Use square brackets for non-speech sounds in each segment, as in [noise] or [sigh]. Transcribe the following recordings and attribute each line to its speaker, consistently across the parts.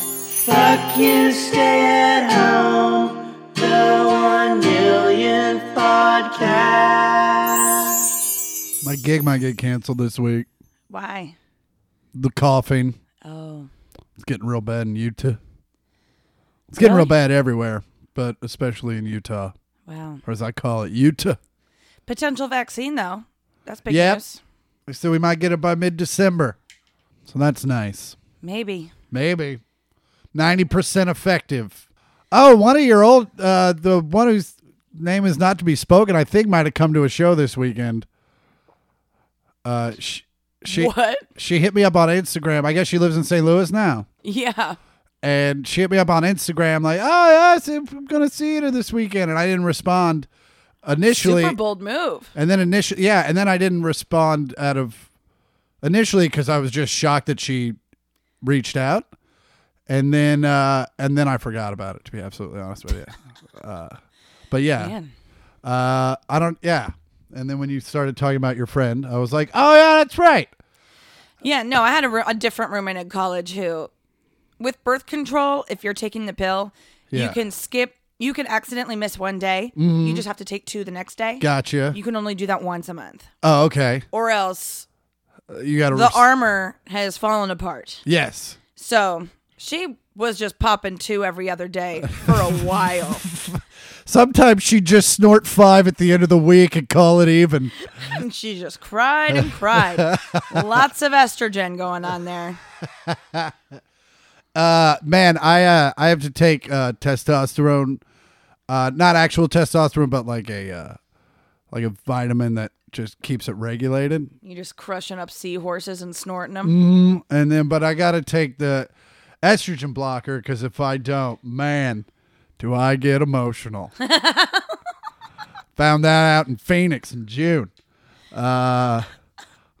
Speaker 1: Fuck you, stay at home. The one million podcast.
Speaker 2: My gig might get canceled this week.
Speaker 3: Why?
Speaker 2: The coughing.
Speaker 3: Oh.
Speaker 2: It's getting real bad in Utah. It's getting real
Speaker 3: Really?
Speaker 2: bad everywhere, but especially in Utah,
Speaker 3: Wow.
Speaker 2: or as I call it, Utah.
Speaker 3: Potential vaccine though. That's big
Speaker 2: Yep.
Speaker 3: news.
Speaker 2: So we might get it by mid December. So that's nice.
Speaker 3: Maybe.
Speaker 2: Maybe. 90% effective. Oh, one of your old, uh, the one whose name is not to be spoken, I think might have come to a show this weekend. Uh, she, she,
Speaker 3: what? [laughs]
Speaker 2: she hit me up on Instagram. I guess she lives in St. Louis now.
Speaker 3: Yeah.
Speaker 2: and she hit me up on Instagram like, "Oh yes, I'm gonna see you this weekend," and I didn't respond initially.
Speaker 3: Super bold move.
Speaker 2: And then initially, yeah, and then I didn't respond out of initially because I was just shocked that she reached out, and then uh, and then I forgot about it to be absolutely honest with you. [laughs] uh, but yeah,
Speaker 3: Man.
Speaker 2: uh, I don't. Yeah, and then when you started talking about your friend, I was like, "Oh yeah, that's right."
Speaker 3: Yeah. No, I had a, roo- a different roommate in college who, with birth control, if you're taking the pill, you
Speaker 2: Yeah. Mm-hmm.
Speaker 3: can skip. You can accidentally miss one day. You just have to take two the next day.
Speaker 2: Gotcha.
Speaker 3: You can only do that once a month,
Speaker 2: oh okay,
Speaker 3: or else
Speaker 2: you got to.
Speaker 3: the armor has fallen apart.
Speaker 2: yes.
Speaker 3: So she was just popping two every other day
Speaker 2: [laughs]
Speaker 3: for a while.
Speaker 2: Sometimes she'd just snort five at the end of the week and call it even.
Speaker 3: And she just cried and cried. Lots of estrogen going on there.
Speaker 2: Uh, man, I uh, I have to take uh, testosterone, uh, not actual testosterone, but like a uh, like a vitamin that just keeps it regulated.
Speaker 3: You just crushing up seahorses and snorting them.
Speaker 2: And then, but I got to take the estrogen blocker because if I don't, man, do I get emotional. Found that out in Phoenix in June. Uh, I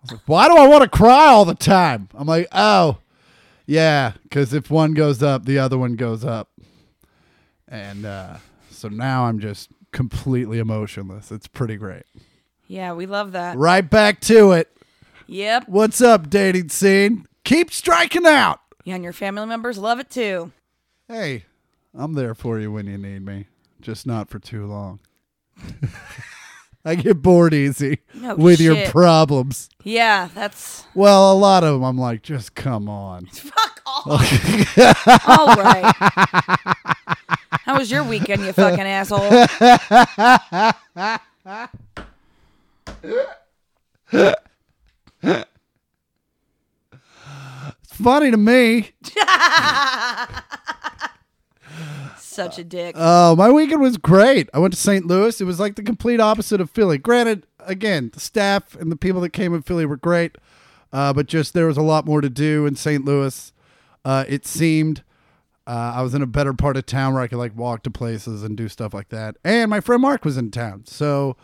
Speaker 2: was like, Why do I want to cry all the time? I'm like, oh, yeah, because if one goes up, the other one goes up. And uh, so now I'm just completely emotionless. It's pretty great.
Speaker 3: Yeah, we love that.
Speaker 2: Right back to it.
Speaker 3: Yep.
Speaker 2: What's up, dating scene? Keep striking out.
Speaker 3: Yeah, and your family members love it too.
Speaker 2: Hey, I'm there for you when you need me, just not for too long. [laughs] I get bored easy
Speaker 3: No
Speaker 2: with your
Speaker 3: shit.
Speaker 2: problems.
Speaker 3: Yeah, that's
Speaker 2: Well, a lot of them, I'm like, just come on.
Speaker 3: fuck off. All right. How was your weekend, you fucking asshole?
Speaker 2: It's funny to me.
Speaker 3: Such a dick.
Speaker 2: Oh, my weekend was great. I went to St. Louis. It was like the complete opposite of Philly. Granted, again, the staff and the people that came in Philly were great, uh, but just there was a lot more to do in St. Louis. Uh, it seemed uh, I was in a better part of town where I could like walk to places and do stuff like that. And my friend Mark was in town, so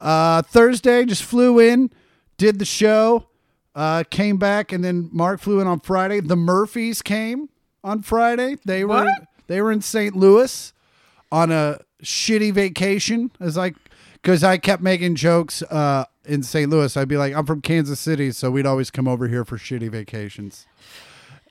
Speaker 2: uh, Thursday just flew in, did the show, uh, came back, and then Mark flew in on Friday. The Murphys came on Friday. They were
Speaker 3: What?
Speaker 2: they were in St. Louis on a shitty vacation as I because I kept making jokes uh, in St. Louis. I'd be like, I'm from Kansas City, so we'd always come over here for shitty vacations.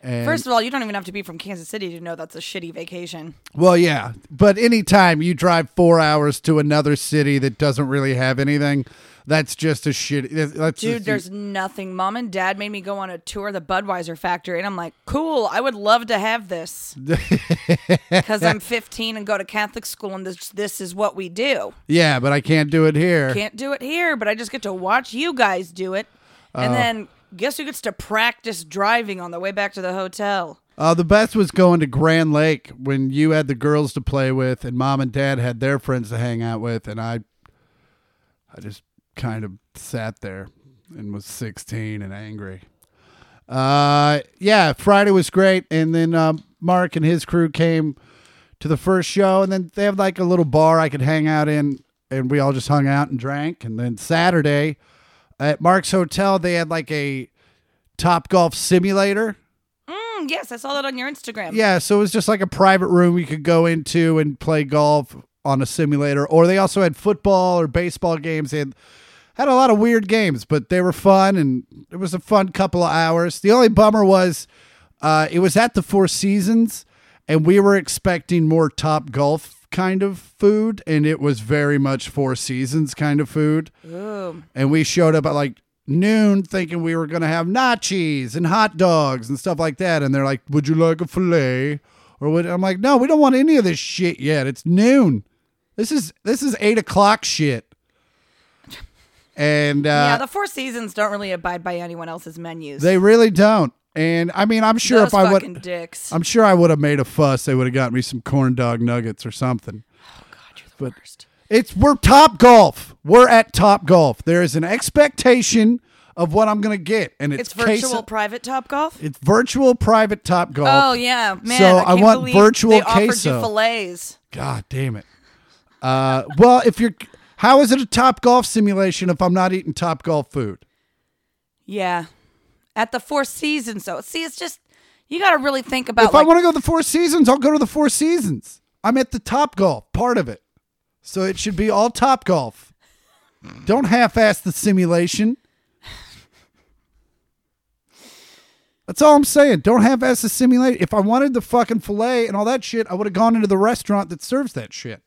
Speaker 2: And
Speaker 3: First of all, you don't even have to be from Kansas City to know that's a shitty vacation.
Speaker 2: well, yeah, but anytime you drive four hours to another city that doesn't really have anything, that's just a shitty. That's that's
Speaker 3: Dude,
Speaker 2: just-
Speaker 3: there's nothing. Mom and dad made me go on a tour of the Budweiser factory, and I'm like, cool, I would love to
Speaker 2: [laughs]
Speaker 3: have this. Because I'm 15 and go to Catholic school, and this, this is what we do.
Speaker 2: yeah, but I can't do it here.
Speaker 3: Can't do it here, but I just get to watch you guys do it.
Speaker 2: Uh.
Speaker 3: And then guess who gets to practice driving on the way back to the hotel?
Speaker 2: Uh, the best was going to Grand Lake when you had the girls to play with, and mom and dad had their friends to hang out with, and I, I just kind of sat there and was sixteen and angry. Uh, yeah, Friday was great, and then um, Mark and his crew came to the first show, and then they have like a little bar I could hang out in, and we all just hung out and drank, and then Saturday at Mark's hotel they had like a Top Golf simulator.
Speaker 3: Hmm, yes, I saw that on your Instagram.
Speaker 2: Yeah, so it was just like a private room you could go into and play golf on a simulator. Or they also had football or baseball games. They had, had a lot of weird games, but they were fun and it was a fun couple of hours. The only bummer was uh, it was at the Four Seasons and we were expecting more top golf kind of food and it was very much four seasons kind of food
Speaker 3: Ooh.
Speaker 2: and we showed up at like noon thinking we were going to have nachos and hot dogs and stuff like that and they're like would you like a fillet or would i'm like no we don't want any of this shit yet it's noon this is this is eight o'clock shit and uh,
Speaker 3: yeah, the Four Seasons don't really abide by anyone else's menus.
Speaker 2: they really don't and i mean i'm sure
Speaker 3: Those
Speaker 2: if i would
Speaker 3: fucking dicks.
Speaker 2: I'm sure I would have made a fuss. They would have got me some corn dog nuggets or something.
Speaker 3: God, you're the
Speaker 2: but-
Speaker 3: worst.
Speaker 2: It's we're top golf. We're at top golf. There is an expectation of what I'm gonna get, and it's,
Speaker 3: It's
Speaker 2: case-
Speaker 3: virtual private top golf.
Speaker 2: it's virtual private top golf.
Speaker 3: Oh yeah, man.
Speaker 2: So
Speaker 3: I,
Speaker 2: I
Speaker 3: can't
Speaker 2: want
Speaker 3: believe
Speaker 2: virtual
Speaker 3: they offered
Speaker 2: queso.
Speaker 3: you fillets.
Speaker 2: God damn it. Uh, well, if you're, how is it a top golf simulation if I'm not eating top golf food?
Speaker 3: Yeah, at the Four Seasons though. See, it's just you got to really think about.
Speaker 2: If I
Speaker 3: like,
Speaker 2: want to go to the Four Seasons, I'll go to the Four Seasons. I'm at the Top Golf part of it, so it should be all Top Golf. Don't half-ass the simulation. That's all I'm saying. Don't half-ass the simulation. If I wanted the fucking fillet and all that shit, I would have gone into the restaurant that serves that shit.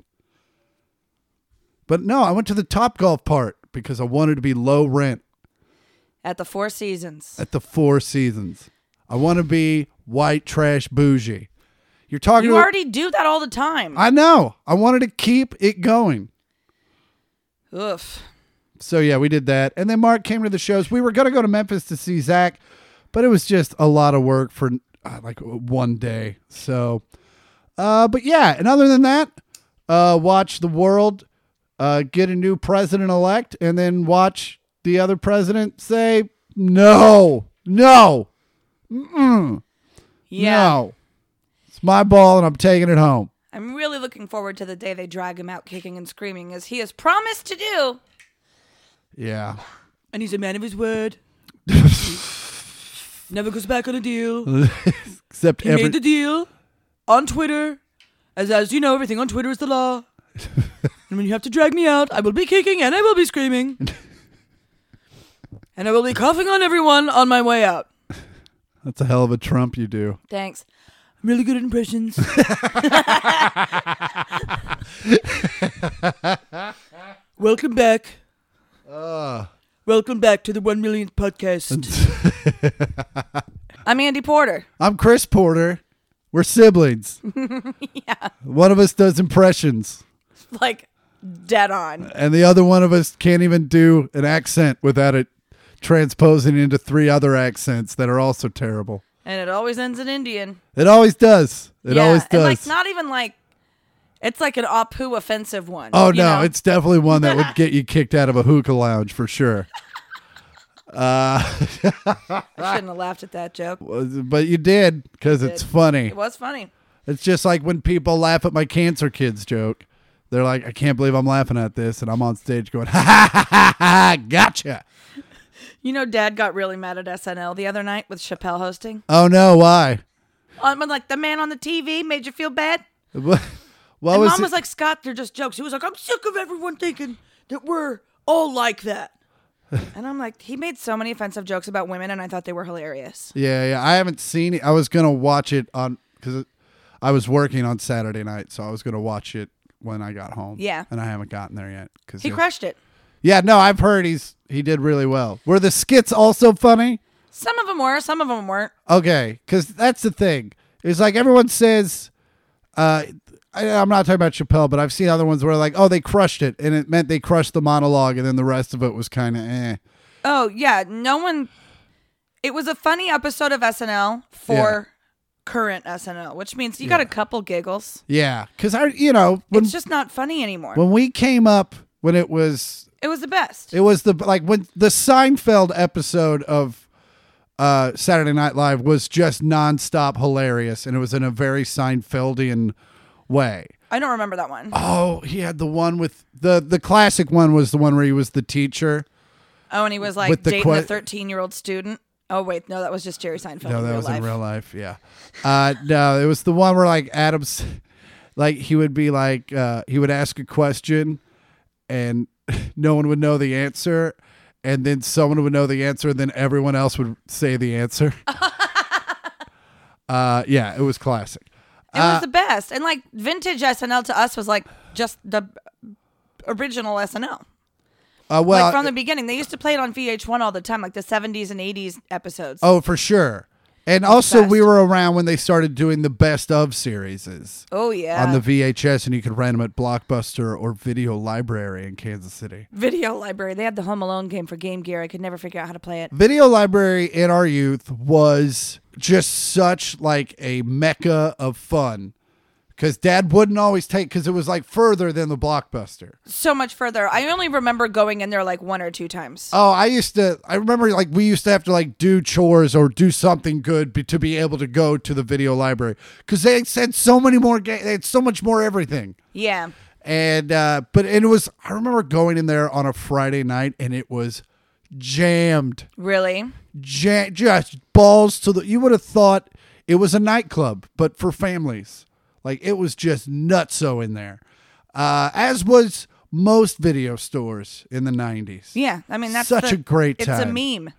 Speaker 2: But no, I went to the Top Golf part because I wanted to be low rent
Speaker 3: at the Four Seasons.
Speaker 2: at the Four Seasons. I want to be white trash bougie. You're talking
Speaker 3: You
Speaker 2: to
Speaker 3: already do that all the time.
Speaker 2: I know. I wanted to keep it going.
Speaker 3: Oof.
Speaker 2: So yeah, we did that. And then Mark came to the shows. We were gonna go to Memphis to see Zach, but it was just a lot of work for uh, like one day. So, uh, but yeah. And other than that, uh, watch the world uh, get a new president elect, and then watch the other president say no, no,
Speaker 3: Yeah.
Speaker 2: no. It's my ball, and I'm taking it home.
Speaker 3: I'm really looking forward to the day they drag him out kicking and screaming, as he has promised to do.
Speaker 2: Yeah.
Speaker 3: And he's a man of his word. Never goes back on a deal.
Speaker 2: Except
Speaker 3: He
Speaker 2: every
Speaker 3: made the deal on Twitter. As as you know, everything on Twitter is the law. and when you have to drag me out, I will be kicking and I will be screaming. and I will be coughing on everyone on my way out.
Speaker 2: that's a hell of a Trump you do.
Speaker 3: Thanks. I'm really good at impressions. Welcome back. Welcome back to the one millionth podcast. I'm Andy Porter. [laughs]
Speaker 2: I'm Chris Porter. We're siblings. One of us does impressions,
Speaker 3: Like dead on.
Speaker 2: and the other one of us can't even do an accent without it transposing into three other accents that are also terrible.
Speaker 3: And it always ends in Indian.
Speaker 2: It always does. It
Speaker 3: Yeah,
Speaker 2: always does.
Speaker 3: And like not even like it's like an Apu offensive one.
Speaker 2: oh
Speaker 3: you
Speaker 2: no,
Speaker 3: know?
Speaker 2: it's definitely one that
Speaker 3: [laughs]
Speaker 2: would get you kicked out of a hookah lounge for sure.
Speaker 3: I shouldn't have laughed at that joke.
Speaker 2: But you did because it's funny.
Speaker 3: It was funny.
Speaker 2: It's just like when people laugh at my cancer kids joke. They're like, I can't believe I'm laughing at this, and I'm on stage going, [laughs] ha ha ha ha ha, gotcha.
Speaker 3: You know, Dad got really mad at SNL the other night with Chappelle hosting.
Speaker 2: Oh no, why?
Speaker 3: I'm like the man on the TV made you feel bad.
Speaker 2: What, what
Speaker 3: And
Speaker 2: was,
Speaker 3: Mom
Speaker 2: Oh, it-
Speaker 3: was like, Scott, they're just jokes. He was like, I'm sick of everyone thinking that we're all like that. and I'm like, he made so many offensive jokes about women, and I thought they were hilarious.
Speaker 2: Yeah, yeah. I haven't seen it. I was gonna watch it on because I was working on Saturday night, so I was gonna watch it when I got home.
Speaker 3: Yeah.
Speaker 2: and I haven't gotten there yet. Cause
Speaker 3: He
Speaker 2: it-
Speaker 3: crushed it.
Speaker 2: Yeah, no, I've heard he's he did really well. Were the skits also funny?
Speaker 3: Some of them were, some of them weren't.
Speaker 2: Okay, because that's the thing. It's like everyone says. Uh, I, I'm not talking about Chappelle, but I've seen other ones where like, oh, they crushed it, and it meant they crushed the monologue, and then the rest of it was kind of eh.
Speaker 3: Oh yeah, no one. It was a funny episode of SNL for current SNL, which means you got a couple giggles.
Speaker 2: Yeah, because I, you know, when
Speaker 3: It's just not funny anymore.
Speaker 2: when we came up, when it was
Speaker 3: it was the best.
Speaker 2: It was the like when the Seinfeld episode of uh, Saturday Night Live was just nonstop hilarious, and it was in a very Seinfeldian way.
Speaker 3: I don't remember that one.
Speaker 2: Oh, he had the one with the the classic one was the one where he was the teacher.
Speaker 3: Oh, and he was like
Speaker 2: with the
Speaker 3: dating a
Speaker 2: que-
Speaker 3: thirteen-year-old student. Oh wait, no, that was just Jerry Seinfeld.
Speaker 2: No,
Speaker 3: in
Speaker 2: that
Speaker 3: real
Speaker 2: was
Speaker 3: life.
Speaker 2: in real life. Yeah. Uh, no, it was the one where like Adams, [laughs] like he would be like uh, he would ask a question, and [laughs] no one would know the answer, and then someone would know the answer, and then everyone [laughs]
Speaker 3: [laughs]
Speaker 2: else would say the answer. uh, yeah, it was classic.
Speaker 3: It was the best. And like vintage SNL to us was like just the original SNL.
Speaker 2: Uh, well,
Speaker 3: like from the beginning. They used to play it on VH1 all the time, like the 70s and 80s episodes.
Speaker 2: oh, for sure. And also,
Speaker 3: best.
Speaker 2: we were around when they started doing the best of series
Speaker 3: Oh, yeah.
Speaker 2: on the VHS, and you could rent them at Blockbuster or Video Library in Kansas City.
Speaker 3: video library. They had the Home Alone game for Game Gear. I could never figure out how to play it.
Speaker 2: Video Library in our youth was just such like a mecca of fun because Dad wouldn't always take because it was like further than the Blockbuster.
Speaker 3: So much further. I only remember going in there like one or two times.
Speaker 2: Oh, I used to. I remember like we used to have to like do chores or do something good be, to be able to go to the video library because they had said so many more. Ga- they had so much more everything.
Speaker 3: yeah.
Speaker 2: And uh but it was. I remember going in there on a Friday night and it was jammed,
Speaker 3: Really?
Speaker 2: jam, just balls to the. You would have thought it was a nightclub, but for families. Like it was just nutso in there, uh, as was most video stores in the nineties.
Speaker 3: Yeah. I mean, that's
Speaker 2: Such
Speaker 3: the-
Speaker 2: a great
Speaker 3: It's
Speaker 2: time.
Speaker 3: a meme.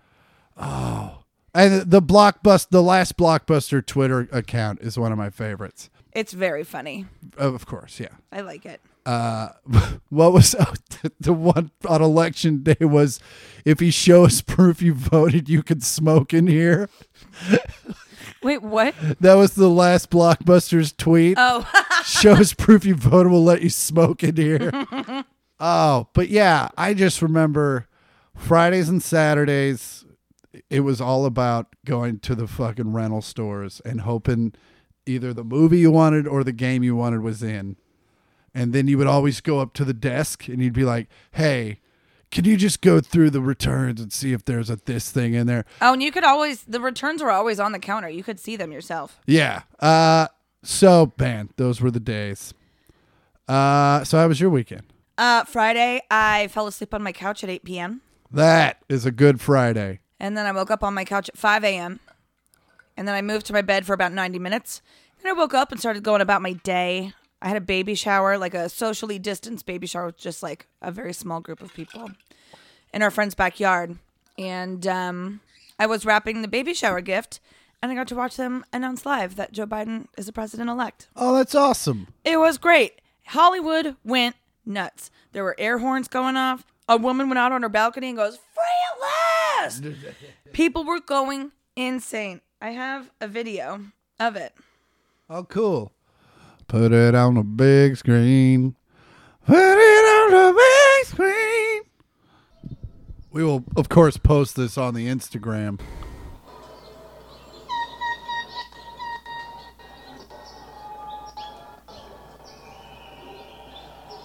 Speaker 2: And the blockbuster, the last blockbuster Twitter account is one of my favorites.
Speaker 3: It's very funny.
Speaker 2: Of course, yeah. Uh,
Speaker 3: I like it.
Speaker 2: [laughs] What was oh, [laughs] the- the one on election day was if you show us proof you voted, you could smoke in here.
Speaker 3: Wait, what?
Speaker 2: That was the last blockbuster's tweet.
Speaker 3: Oh, [laughs]
Speaker 2: show us proof you voted, we'll let you smoke in here. oh, but yeah, I just remember Fridays and Saturdays. It was all about going to the fucking rental stores and hoping either the movie you wanted or the game you wanted was in. And then you would always go up to the desk and you'd be like, hey, can you just go through the returns and see if there's a this thing in there?
Speaker 3: oh, and you could always the returns were always on the counter. You could see them yourself.
Speaker 2: Yeah. Uh, so, man, those were the days. Uh, so, how was your weekend?
Speaker 3: Uh, Friday, I fell asleep on my couch at 8 p.m.
Speaker 2: That is a good Friday.
Speaker 3: And then I woke up on my couch at 5 a.m. And then I moved to my bed for about 90 minutes. Then I woke up and started going about my day. I had a baby shower, like a socially distanced baby shower with just like a very small group of people in our friend's backyard. And um, I was wrapping the baby shower gift and I got to watch them announce live that Joe Biden is the president elect.
Speaker 2: Oh, that's awesome.
Speaker 3: It was great. Hollywood went nuts. There were air horns going off. A woman went out on her balcony and goes, Free at last!
Speaker 2: [laughs]
Speaker 3: People were going insane. I have a video of it.
Speaker 2: Oh, cool. Put it on the big screen. Put it on the big screen. We will, of course, post this on the Instagram.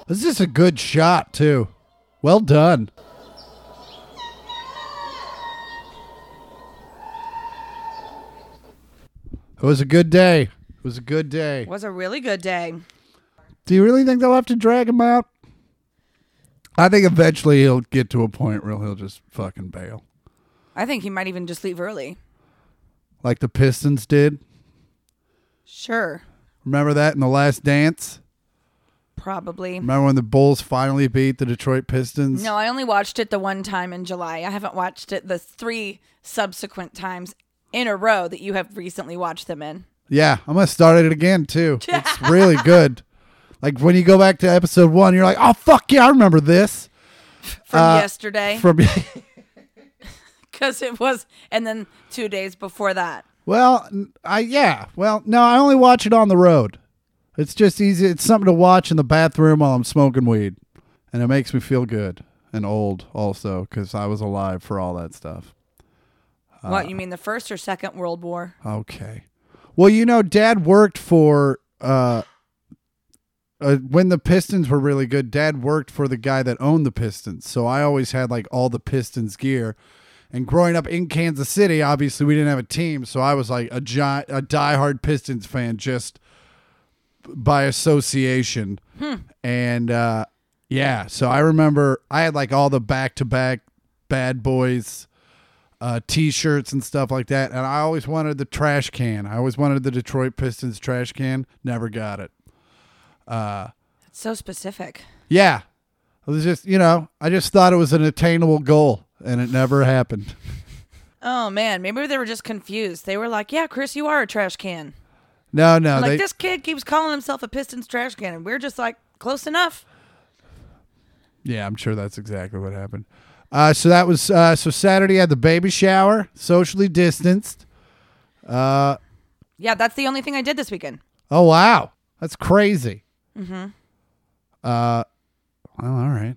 Speaker 2: This is a good shot, too. Well done. It was a good day. It was a good day.
Speaker 3: It was a really good day.
Speaker 2: Do you really think they'll have to drag him out? I think eventually he'll get to a point where he'll just fucking bail,
Speaker 3: I think he might even just leave early.
Speaker 2: like the Pistons did.
Speaker 3: Sure.
Speaker 2: Remember that in the last dance?
Speaker 3: Probably.
Speaker 2: Remember when the Bulls finally beat the Detroit Pistons?
Speaker 3: No, I only watched it the one time in July. I haven't watched it the three subsequent times in a row that you have recently watched them in.
Speaker 2: Yeah, I'm gonna start it again too. It's really good. Like when you go back to episode one, you're like, oh fuck yeah, I remember this
Speaker 3: From
Speaker 2: Uh,
Speaker 3: yesterday.
Speaker 2: from. [laughs]
Speaker 3: Because it was, and then two days before that.
Speaker 2: Well, n- I yeah. Well, no, I only watch it on the road. It's just easy. It's something to watch in the bathroom while I'm smoking weed, and it makes me feel good and old also because I was alive for all that stuff. Uh,
Speaker 3: what, you mean the first or second World War?
Speaker 2: Okay. Well, you know, Dad worked for uh, uh, when the Pistons were really good. Dad worked for the guy that owned the Pistons, so I always had like all the Pistons gear. And growing up in Kansas City, obviously we didn't have a team, so I was like a giant, a diehard Pistons fan just by association. And uh, yeah, so I remember I had like all the back to back bad boys uh, t-shirts and stuff like that. And I always wanted the trash can. I always wanted the Detroit Pistons trash can. Never got it.
Speaker 3: That's so specific.
Speaker 2: Yeah, it was just you know I just thought it was an attainable goal, and it never happened.
Speaker 3: Oh, man. Maybe they were just confused. They were like, yeah, Chris, you are a trash can.
Speaker 2: No, no.
Speaker 3: like
Speaker 2: they,
Speaker 3: this kid keeps calling himself a Pistons trash can, and we're just like close enough.
Speaker 2: Yeah, I'm sure that's exactly what happened. Uh, so that was uh, so Saturday had the baby shower, socially distanced.
Speaker 3: Yeah, that's the only thing I did this weekend.
Speaker 2: Oh wow, that's crazy. Mm-hmm. Uh, well, all right.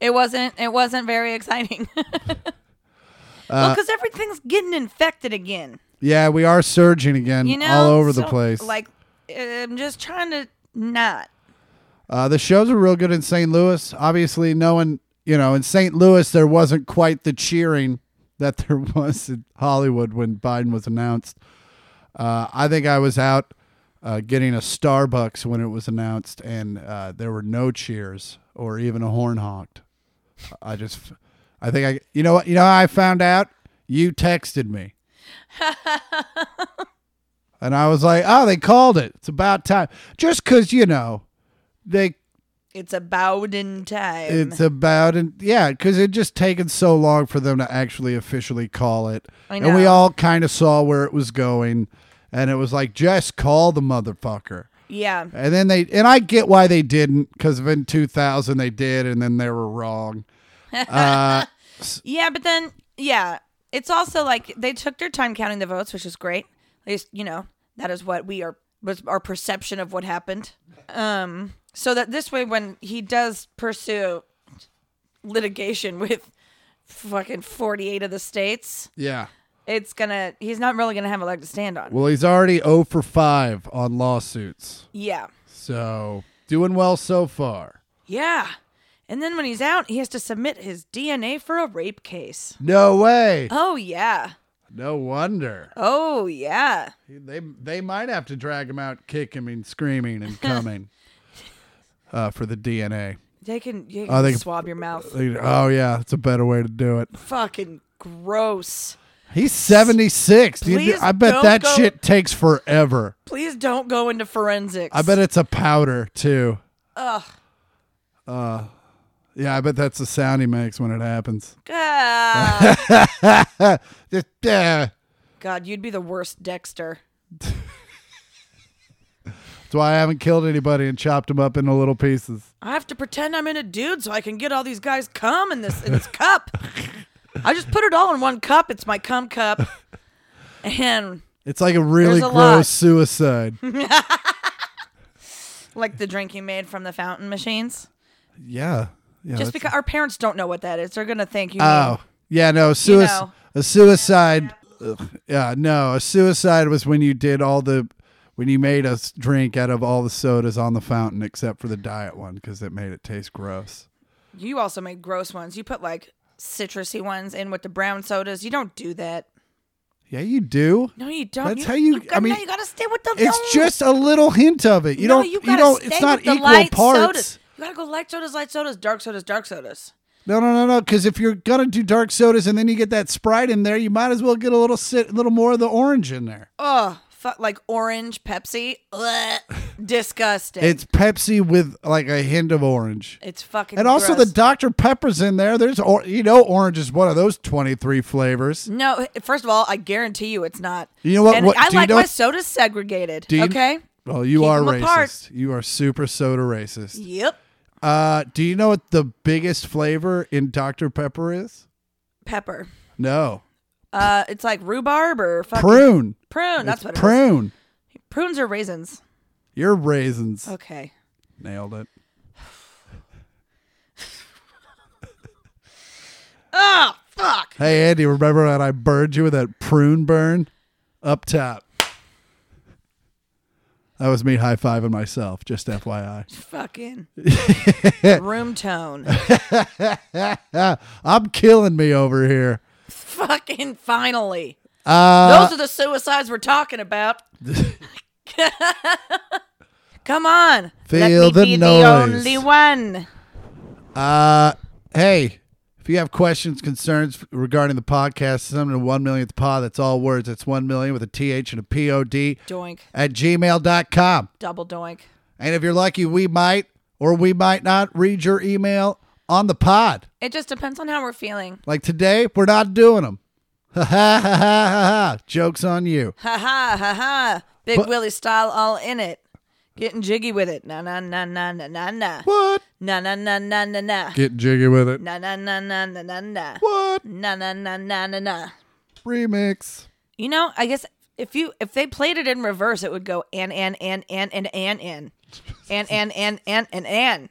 Speaker 3: It wasn't. It wasn't
Speaker 2: [laughs]
Speaker 3: very [laughs] exciting.
Speaker 2: Uh,
Speaker 3: well, because everything's getting infected again.
Speaker 2: Yeah, we are surging again,
Speaker 3: You know,
Speaker 2: all over the
Speaker 3: So,
Speaker 2: place.
Speaker 3: Like, I'm just trying to not.
Speaker 2: uh, the shows were real good in St. Louis. Obviously, no one, you know, in St. Louis there wasn't quite the cheering that [laughs] there was in Hollywood when Biden was announced. Uh, I think I was out uh, getting a Starbucks when it was announced, and uh, there were no cheers or even a horn honked. I just, I think I, you know what, you know, how I found out you texted me. And I was like, oh, they called it. It's about time. Just because, you know, they
Speaker 3: It's a Bowden time.
Speaker 2: it's about and yeah, because it just taken so long for them to actually officially call it,
Speaker 3: I
Speaker 2: and we
Speaker 3: know.
Speaker 2: all kind of saw where it was going, and it was like just call the motherfucker.
Speaker 3: yeah.
Speaker 2: And then they and I get why they didn't because in 2000 they did, and then they were wrong.
Speaker 3: Yeah, but then yeah, it's also like they took their time counting the votes, which is great. At least you know that is what we are was our perception of what happened. Um, so that this way, when he does pursue litigation [laughs] with fucking forty eight of the states,
Speaker 2: Yeah.
Speaker 3: it's gonna he's not really gonna have a leg to stand on.
Speaker 2: Well, he's already 0 for 5 on lawsuits,
Speaker 3: yeah,
Speaker 2: so doing well so far.
Speaker 3: yeah. And then when he's out, he has to submit his DNA for a rape case.
Speaker 2: No way.
Speaker 3: Oh yeah.
Speaker 2: No wonder
Speaker 3: Oh yeah.
Speaker 2: they they might have to drag him out, kick him, and screaming and coming
Speaker 3: [laughs]
Speaker 2: uh, for the DNA.
Speaker 3: They can, you
Speaker 2: I
Speaker 3: can
Speaker 2: think-
Speaker 3: swab your mouth.
Speaker 2: They- Oh yeah, that's a better way to do it.
Speaker 3: fucking gross.
Speaker 2: He's seventy six.
Speaker 3: Please
Speaker 2: I bet
Speaker 3: don't
Speaker 2: that
Speaker 3: go-
Speaker 2: shit takes forever.
Speaker 3: Please don't go into forensics.
Speaker 2: I bet it's a powder too. Uh,
Speaker 3: Ugh.
Speaker 2: Yeah, I bet that's the sound he makes when it happens. [laughs]
Speaker 3: God.
Speaker 2: Just, uh,
Speaker 3: God, you'd be the worst Dexter.
Speaker 2: that's why I haven't killed anybody and chopped him up into little pieces.
Speaker 3: I have to pretend I'm in a dude so I can get all these guys cum in this
Speaker 2: [laughs]
Speaker 3: in this cup. I just put it all in one cup. It's my cum cup. And
Speaker 2: It's like a really
Speaker 3: There's
Speaker 2: gross
Speaker 3: a lot. [laughs]
Speaker 2: suicide.
Speaker 3: like the drink you made from the fountain machines.
Speaker 2: yeah, yeah.
Speaker 3: Just
Speaker 2: that's-
Speaker 3: because our parents don't know what that is, they're gonna think you. mean-
Speaker 2: Oh, yeah, no, suicide.
Speaker 3: know.
Speaker 2: A suicide. ugh, yeah, no, a suicide was when you did all the, when you made us drink out of all the sodas on the fountain except for the diet one because it made it taste gross.
Speaker 3: You also made gross ones. You put like citrusy ones in with the brown sodas. You don't do that.
Speaker 2: Yeah, you do.
Speaker 3: No, you don't.
Speaker 2: That's how you- I
Speaker 3: gotta, no,
Speaker 2: mean,
Speaker 3: you gotta stay with the.
Speaker 2: It's
Speaker 3: no.
Speaker 2: just a little hint of it. You
Speaker 3: No,
Speaker 2: don't. You,
Speaker 3: gotta
Speaker 2: don't.
Speaker 3: stay
Speaker 2: It's not
Speaker 3: with the
Speaker 2: equal
Speaker 3: light
Speaker 2: parts.
Speaker 3: Sodas. You gotta go light sodas, light sodas, dark sodas, dark sodas.
Speaker 2: No, no, no, no. Because if you're gonna do dark sodas and then you get that Sprite in there, you might as well get a little sit, a little more of the orange in there.
Speaker 3: Oh, fuck! Like orange Pepsi. Ugh, disgusting.
Speaker 2: It's Pepsi with like a hint of orange.
Speaker 3: it's fucking.
Speaker 2: And also
Speaker 3: gross.
Speaker 2: the Dr. Pepper's in there. There's or, you know orange is one of those 23 flavors.
Speaker 3: no. First of all, I guarantee you, it's not.
Speaker 2: You know what-
Speaker 3: And
Speaker 2: what-
Speaker 3: I
Speaker 2: do you
Speaker 3: like
Speaker 2: know
Speaker 3: my
Speaker 2: what-
Speaker 3: sodas segregated.
Speaker 2: Do you-
Speaker 3: okay.
Speaker 2: Well, you
Speaker 3: Keep
Speaker 2: are
Speaker 3: 'em
Speaker 2: racist.
Speaker 3: apart.
Speaker 2: You are super soda racist.
Speaker 3: Yep.
Speaker 2: Uh, do you know what the biggest flavor in Dr. Pepper is?
Speaker 3: Pepper.
Speaker 2: No.
Speaker 3: Uh, it's like rhubarb or fucking
Speaker 2: Prune.
Speaker 3: Prune. That's what it is.
Speaker 2: Prune.
Speaker 3: Prunes are raisins.
Speaker 2: You're raisins.
Speaker 3: Okay.
Speaker 2: Nailed it.
Speaker 3: Oh fuck.
Speaker 2: Hey Andy, remember when I burned you with that prune burn up top? That was me high fiving myself, just FYI. [laughs]
Speaker 3: Fucking room tone.
Speaker 2: Ah, I'm killing me over here.
Speaker 3: Fucking finally.
Speaker 2: Uh,
Speaker 3: Those are the suicides we're
Speaker 2: [laughs]
Speaker 3: talking about. [laughs] Come on.
Speaker 2: Feel
Speaker 3: Let me
Speaker 2: the
Speaker 3: be
Speaker 2: noise.
Speaker 3: the only one.
Speaker 2: Uh, hey, if you have questions, concerns regarding the podcast, send them to 1 millionth pod. That's all words. That's 1 million with a TH and a POD
Speaker 3: Doink.
Speaker 2: at gmail.com.
Speaker 3: Double doink.
Speaker 2: And if you're lucky, we might or we might not read your email on the pod.
Speaker 3: It just depends on how we're feeling.
Speaker 2: Like today, we're not doing them. Ha ha ha ha ha. Joke's on you.
Speaker 3: Ha ha ha ha. Big
Speaker 2: But-
Speaker 3: Willie style all in it. Getting jiggy with it. Na na na na na na na.
Speaker 2: What?
Speaker 3: Na na na na na na.
Speaker 2: Get jiggy with it.
Speaker 3: Na na na na na na na.
Speaker 2: What?
Speaker 3: Na na na na na na.
Speaker 2: Remix.
Speaker 3: You know, I guess if you if they played it in reverse, it would go and and and and and and and and and and and and and.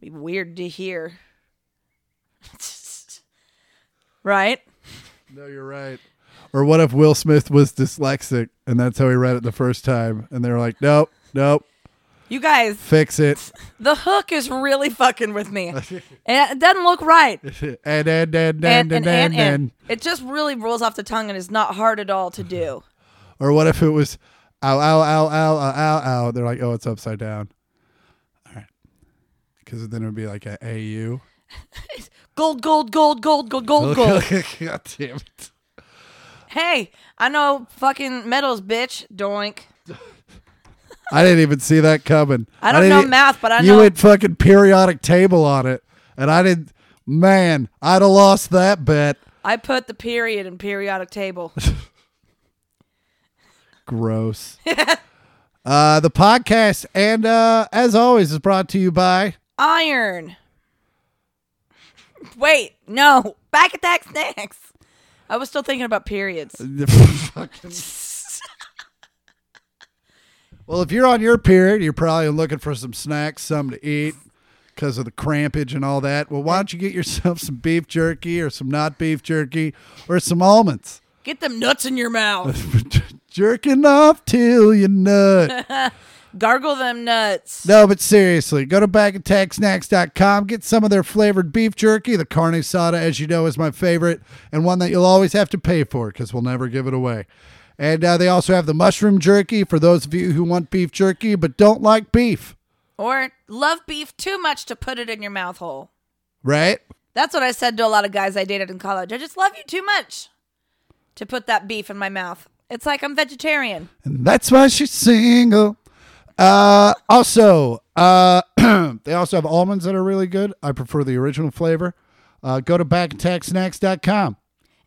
Speaker 3: Be weird to hear. [laughs] right?
Speaker 2: No, you're right. Or what if Will Smith was dyslexic and that's how he read it the first time? And they were like, nope, nope,
Speaker 3: You guys,
Speaker 2: fix it. [laughs]
Speaker 3: the hook is really fucking with me. and it doesn't look right.
Speaker 2: and, and, and, and,
Speaker 3: And
Speaker 2: and,
Speaker 3: and and
Speaker 2: and,
Speaker 3: and. It just really rolls off the tongue and is not hard at all to do.
Speaker 2: Or what if it was ow, ow, ow, ow, ow, ow, ow. They're like, oh, it's upside down. All right. Because then it would be like a
Speaker 3: [laughs]
Speaker 2: AU.
Speaker 3: Gold, gold, gold, gold, gold, gold, gold.
Speaker 2: [laughs] God damn it.
Speaker 3: hey, I know fucking metals, bitch. Doink.
Speaker 2: I didn't even see that coming.
Speaker 3: I don't
Speaker 2: didn't e-
Speaker 3: know math, but I
Speaker 2: you
Speaker 3: know-
Speaker 2: went fucking periodic table on it, and I didn't. Man, I'd have lost that bet.
Speaker 3: I put the period in periodic table. [laughs] [laughs]
Speaker 2: Gross. uh, the podcast, and uh, as always, is brought to you by
Speaker 3: Iron. Wait, no. Back attack snacks. I was still thinking about periods.
Speaker 2: the [laughs] fucking. well, if you're on your period, you're probably looking for some snacks, something to eat. Because of the crampage and all that. Well, why don't you get yourself some beef jerky or some not beef jerky or some almonds? [laughs]
Speaker 3: Get them nuts in your mouth.
Speaker 2: jerking off till you nut.
Speaker 3: Gargle them nuts.
Speaker 2: no, but seriously, go to backattacksnacks.com, get some of their flavored beef jerky. The carne asada, as you know, is my favorite and one that you'll always have to pay for because we'll never give it away. And uh, they also have the mushroom jerky for those of you who want beef jerky but don't like beef,
Speaker 3: Or love beef too much to put it in your mouth hole.
Speaker 2: right?
Speaker 3: That's what I said to a lot of guys I dated in college. I just love you too much to put that beef in my mouth. It's like I'm vegetarian.
Speaker 2: And that's why she's single. Uh, also, uh, [clears throat] they also have almonds that are really good. I prefer the original flavor. Uh, go to backattacksnacks.com.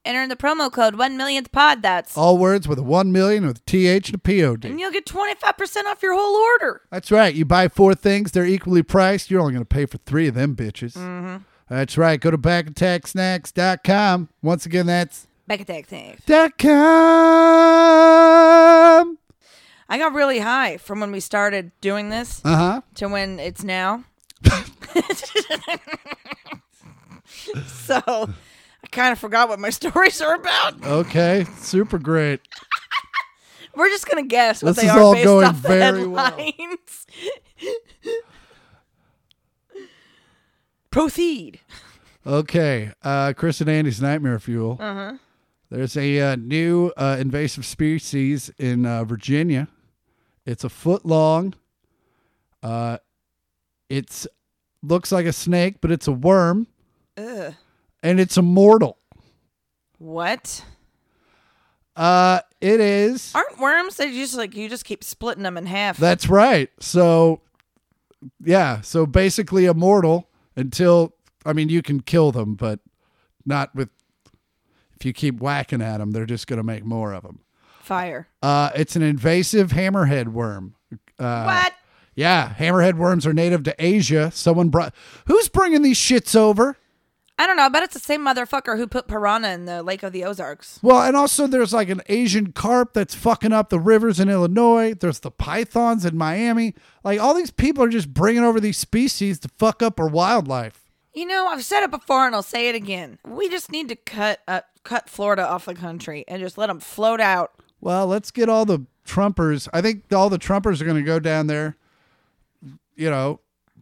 Speaker 3: Enter in the promo code 1 millionth pod. That's.
Speaker 2: All words with a 1 million with TH and a
Speaker 3: And
Speaker 2: POD.
Speaker 3: you'll get 25% off your whole order.
Speaker 2: That's right. You buy four things, they're equally priced. You're only going to pay for three of them bitches. That's right. Go to backattacksnacks.com. Once again, that's
Speaker 3: Back attack snacks.
Speaker 2: dot .com.
Speaker 3: I got really high from when we started doing this
Speaker 2: Uh-huh.
Speaker 3: to when it's now. so I kind of forgot what my [laughs] stories are about.
Speaker 2: Okay. Super great.
Speaker 3: We're just gonna guess what
Speaker 2: This
Speaker 3: they
Speaker 2: is
Speaker 3: are
Speaker 2: all
Speaker 3: based
Speaker 2: going
Speaker 3: off the
Speaker 2: very well.
Speaker 3: headlines. Proceed.
Speaker 2: Okay. Uh, Chris and Andy's Nightmare Fuel. Uh-huh. There's a uh, new uh, invasive species in uh, Virginia. It's a foot long. Uh, it's looks like a snake, but it's a worm,
Speaker 3: Ugh.
Speaker 2: and it's immortal.
Speaker 3: What?
Speaker 2: Uh, it is.
Speaker 3: Aren't worms? They just like you just keep splitting them in half.
Speaker 2: That's right. So, yeah. So basically, immortal until I mean, you can kill them, but not with. If you keep whacking at them, they're just going to make more of them.
Speaker 3: Fire.
Speaker 2: Uh, it's an invasive hammerhead worm. Uh,
Speaker 3: what?
Speaker 2: Yeah, hammerhead worms are native to Asia. Someone brought. Who's bringing these shits over?
Speaker 3: I don't know. I bet it's the same motherfucker who put piranha in the Lake of the Ozarks.
Speaker 2: Well, and also there's like an Asian carp that's fucking up the rivers in Illinois. There's the pythons in Miami. Like all these people are just bringing over these species to fuck up our wildlife.
Speaker 3: You know, I've said it before and I'll say it again. We just need to cut uh, cut Florida off the country and just let them float out.
Speaker 2: Well, let's get all the Trumpers. I think all the Trumpers are going to go down there, you know,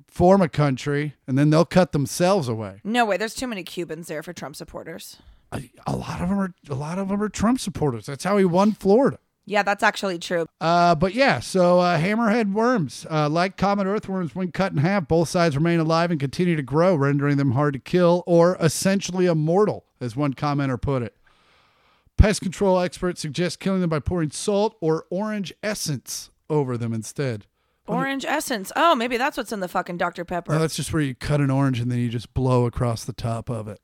Speaker 2: form a country, and then they'll cut themselves away.
Speaker 3: No way, there's too many Cubans there for Trump supporters.
Speaker 2: a, a lot of them are a lot of them are Trump supporters. That's how he won Florida.
Speaker 3: Yeah, that's actually true.
Speaker 2: Uh, but yeah, so uh, hammerhead worms, uh, like common earthworms, when cut in half, both sides remain alive and continue to grow, rendering them hard to kill or essentially immortal, as one commenter put it. Pest control experts suggest killing them by pouring salt or orange essence over them instead.
Speaker 3: Orange essence. Oh, maybe that's what's in the fucking Dr.
Speaker 2: Uh.
Speaker 3: Pepper.
Speaker 2: Now, that's just where you cut an orange and then you just blow across the top of it.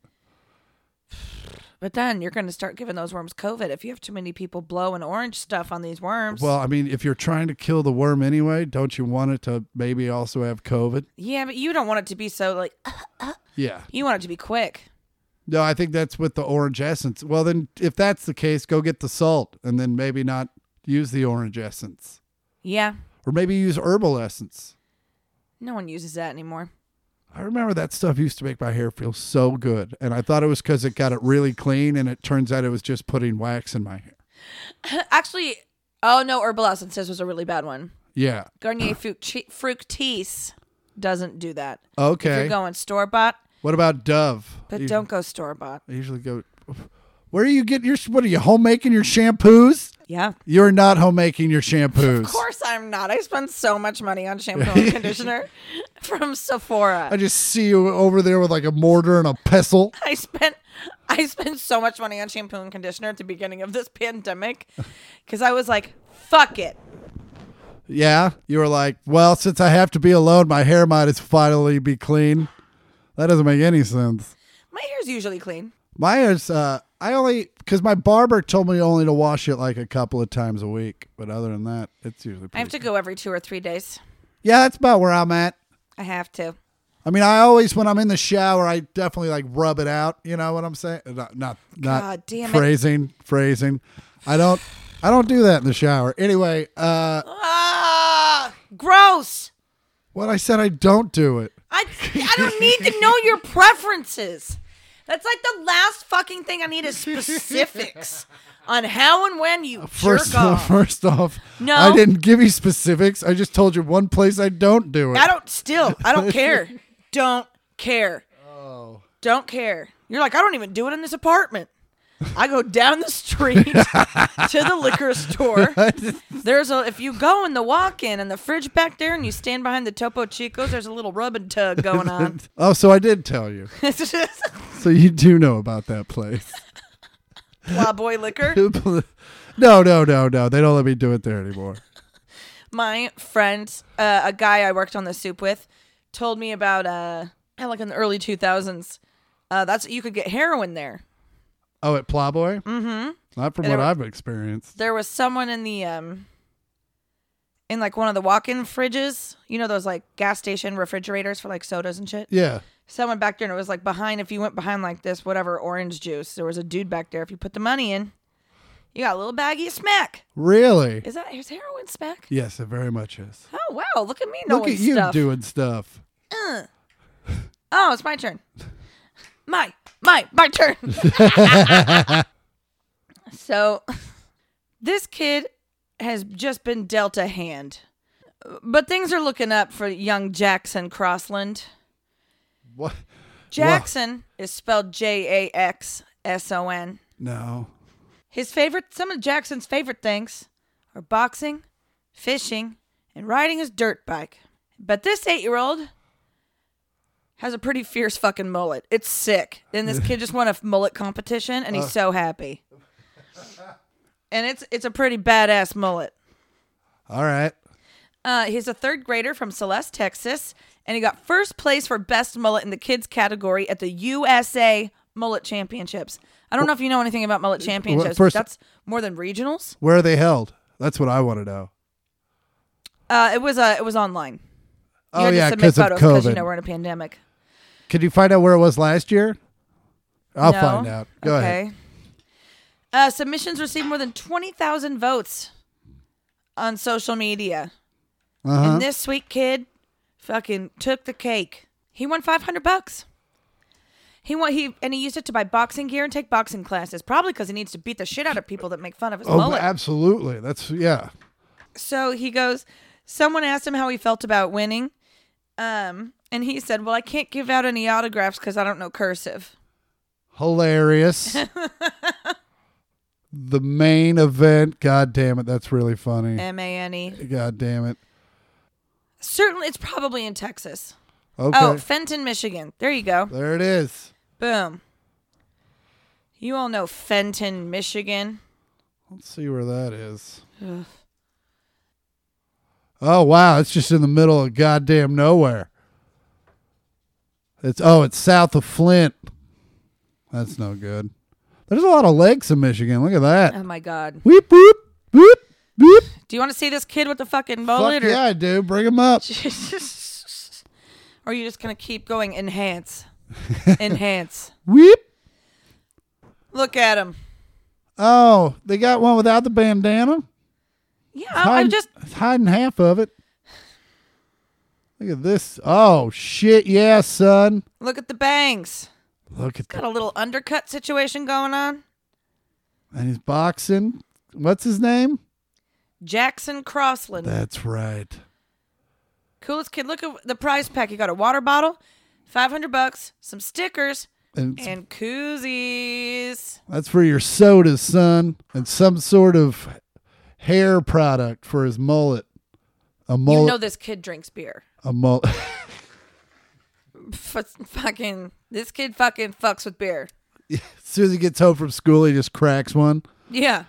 Speaker 3: But then you're going to start giving those worms COVID if you have too many people blowing orange stuff on these worms.
Speaker 2: Well, I mean, if you're trying to kill the worm anyway, don't you want it to maybe also have COVID?
Speaker 3: yeah, but you don't want it to be so like, [clears throat]
Speaker 2: Yeah.
Speaker 3: you want it to be quick.
Speaker 2: No, I think that's with the orange essence. Well, then if that's the case, go get the salt and then maybe not use the orange essence.
Speaker 3: Yeah.
Speaker 2: Or maybe use herbal essence.
Speaker 3: No one uses that anymore. [laughs]
Speaker 2: I remember that stuff used to make my hair feel so good. And I thought it was because it got it really clean. And it turns out it was just putting wax in my hair.
Speaker 3: Actually, oh no, Herbal Essences was a really bad one.
Speaker 2: Yeah.
Speaker 3: Garnier Fruct- Fructis doesn't do that. If
Speaker 2: Okay.
Speaker 3: you're going store bought,
Speaker 2: what about Dove?
Speaker 3: but
Speaker 2: You-
Speaker 3: don't go store bought.
Speaker 2: I usually go. Where are you getting your? What are you homemaking your shampoos?
Speaker 3: Yeah.
Speaker 2: You're not homemaking your shampoos.
Speaker 3: Of course I'm not. I spend so much money on shampoo
Speaker 2: [laughs]
Speaker 3: and conditioner from Sephora.
Speaker 2: I just see you over there with like a mortar and a pestle.
Speaker 3: I spent I spent so much money on shampoo and conditioner at the beginning of this
Speaker 2: [laughs]
Speaker 3: pandemic because I was like, fuck it.
Speaker 2: Yeah, you were like, well, since I have to be alone, my hair might as finally be clean. That doesn't make any sense.
Speaker 3: My hair's usually clean.
Speaker 2: My hair's, uh, I only because my barber told me only to wash it like a couple of times a week, but other than that, it's usually.
Speaker 3: I have
Speaker 2: Pretty
Speaker 3: to go every two or three days.
Speaker 2: yeah, that's about where I'm at.
Speaker 3: I have to.
Speaker 2: I mean, I always when I'm in the shower, I definitely like rub it out. You know what I'm saying? Uh, Not not, not
Speaker 3: God damn it.
Speaker 2: phrasing, phrasing. I don't I don't do that in the shower. Anyway, uh
Speaker 3: Ah, gross.
Speaker 2: what I said I don't do it.
Speaker 3: I I don't need to know your preferences. That's like the last fucking thing I need is specifics on how and when you
Speaker 2: First
Speaker 3: jerk off.
Speaker 2: first off,
Speaker 3: No.
Speaker 2: I didn't give you specifics. I just told you one place I don't do it.
Speaker 3: I don't still. I
Speaker 2: [laughs]
Speaker 3: don't care. don't care. Oh. Don't care. You're like, I don't even do it in this apartment. I go down
Speaker 2: [laughs]
Speaker 3: the street to the liquor store. There's a if you go in the walk-in and the fridge back there and you stand behind the Topo Chicos, there's a little rub and tug going
Speaker 2: [laughs]
Speaker 3: on. [laughs]
Speaker 2: oh, so I did tell you.
Speaker 3: It's just
Speaker 2: So you do know about that place. [laughs]
Speaker 3: Blah Boy Liquor.
Speaker 2: no, no, no, no. They don't let me do it there anymore.
Speaker 3: my friend, uh, a guy I worked on the soup with, told me about uh, how, like in the early 2000s, uh, that's you could get heroin there.
Speaker 2: Oh, at Plowboy? Mm-hmm. Not from
Speaker 3: And
Speaker 2: what
Speaker 3: there-
Speaker 2: I've experienced.
Speaker 3: There was someone in the um, in like one of the walk-in fridges, you know those like gas station refrigerators for like sodas and shit.
Speaker 2: Yeah.
Speaker 3: Someone back there, and it was like behind. If you went behind like this, whatever orange juice, there was a dude back there. If you put the money in, you got a little baggie of smack.
Speaker 2: Really?
Speaker 3: Is that is heroin smack?
Speaker 2: Yes, it very much is.
Speaker 3: Oh wow, look at me knowing
Speaker 2: Look at you
Speaker 3: stuff.
Speaker 2: doing stuff.
Speaker 3: Oh, it's my turn. My, my, my turn. so this kid has just been dealt a hand. But things are looking up for young Jackson Crossland.
Speaker 2: What?
Speaker 3: Jackson is spelled J A X S O N.
Speaker 2: No.
Speaker 3: His favorite, some of Jackson's favorite things are boxing, fishing, and riding his dirt bike. But this eight year old has a pretty fierce fucking mullet. It's sick. And this kid just won a mullet competition and he's so happy. And it's it's a pretty badass mullet.
Speaker 2: All right.
Speaker 3: Uh, he's a third grader from Celeste, Texas, and he got first place for best mullet in the kids category at the USA Mullet Championships. I don't know if you know anything about mullet championships.
Speaker 2: first-
Speaker 3: but that's more than regionals.
Speaker 2: Where are they held? That's what I want to know.
Speaker 3: Uh, it was uh, it was online. You
Speaker 2: oh
Speaker 3: had
Speaker 2: yeah,
Speaker 3: to submit
Speaker 2: because of
Speaker 3: photos because
Speaker 2: COVID.
Speaker 3: you know we're in a pandemic.
Speaker 2: Can you find out where it was last year? I'll
Speaker 3: No?
Speaker 2: find out. Go
Speaker 3: okay.
Speaker 2: ahead.
Speaker 3: Uh, submissions received more than twenty thousand votes on social media,
Speaker 2: Uh-huh.
Speaker 3: and this sweet kid fucking took the cake. He won five hundred bucks. He won he and he used it to buy boxing gear and take boxing classes, probably because he needs to beat the shit out of people that make fun of his
Speaker 2: Oh,
Speaker 3: mullet.
Speaker 2: absolutely. That's yeah.
Speaker 3: so he goes someone asked him how he felt about winning um and he said well i can't give out any autographs because i don't know cursive [laughs]
Speaker 2: Hilarious. the main event. God damn it. That's really
Speaker 3: Eh.
Speaker 2: funny.
Speaker 3: m-a-n-e
Speaker 2: God damn it.
Speaker 3: E. certainly it's probably in texas
Speaker 2: Okay.
Speaker 3: oh fenton michigan there you go
Speaker 2: there it is.
Speaker 3: boom you all know fenton michigan
Speaker 2: Let's see where that is. Oh wow, it's just in the middle of goddamn nowhere. It's oh, it's south of Flint. That's no good. There's a lot of lakes in Michigan. Look at that.
Speaker 3: Oh my god.
Speaker 2: Weep, whoop, whoop, whoop.
Speaker 3: Do you want to see this kid with the fucking
Speaker 2: Fuck
Speaker 3: mullet? or-
Speaker 2: yeah, I do. Bring them up.
Speaker 3: [laughs] or are you just gonna keep going? Enhance,
Speaker 2: [laughs]
Speaker 3: enhance.
Speaker 2: Weep.
Speaker 3: Look at him.
Speaker 2: Oh, they got one without the bandana.
Speaker 3: Yeah, Oh, I'm just.
Speaker 2: it's hiding half of it. Look at this. Oh shit, yeah, son.
Speaker 3: Look at the bangs.
Speaker 2: Look at
Speaker 3: Got
Speaker 2: that.
Speaker 3: a little undercut situation going on.
Speaker 2: And he's boxing. What's his name?
Speaker 3: Jackson Crossland,
Speaker 2: That's right.
Speaker 3: coolest kid. Look at the prize pack. You got a water bottle, five hundred bucks, some stickers,
Speaker 2: And it's-
Speaker 3: and koozies.
Speaker 2: that's for your sodas, son, and some sort of hair product for his mullet. A mullet.
Speaker 3: You know this kid drinks beer.
Speaker 2: a mullet.
Speaker 3: [laughs]
Speaker 2: [laughs]
Speaker 3: F- fucking this kid fucking fucks with beer.
Speaker 2: as soon as he gets home from school, he just cracks one.
Speaker 3: Yeah,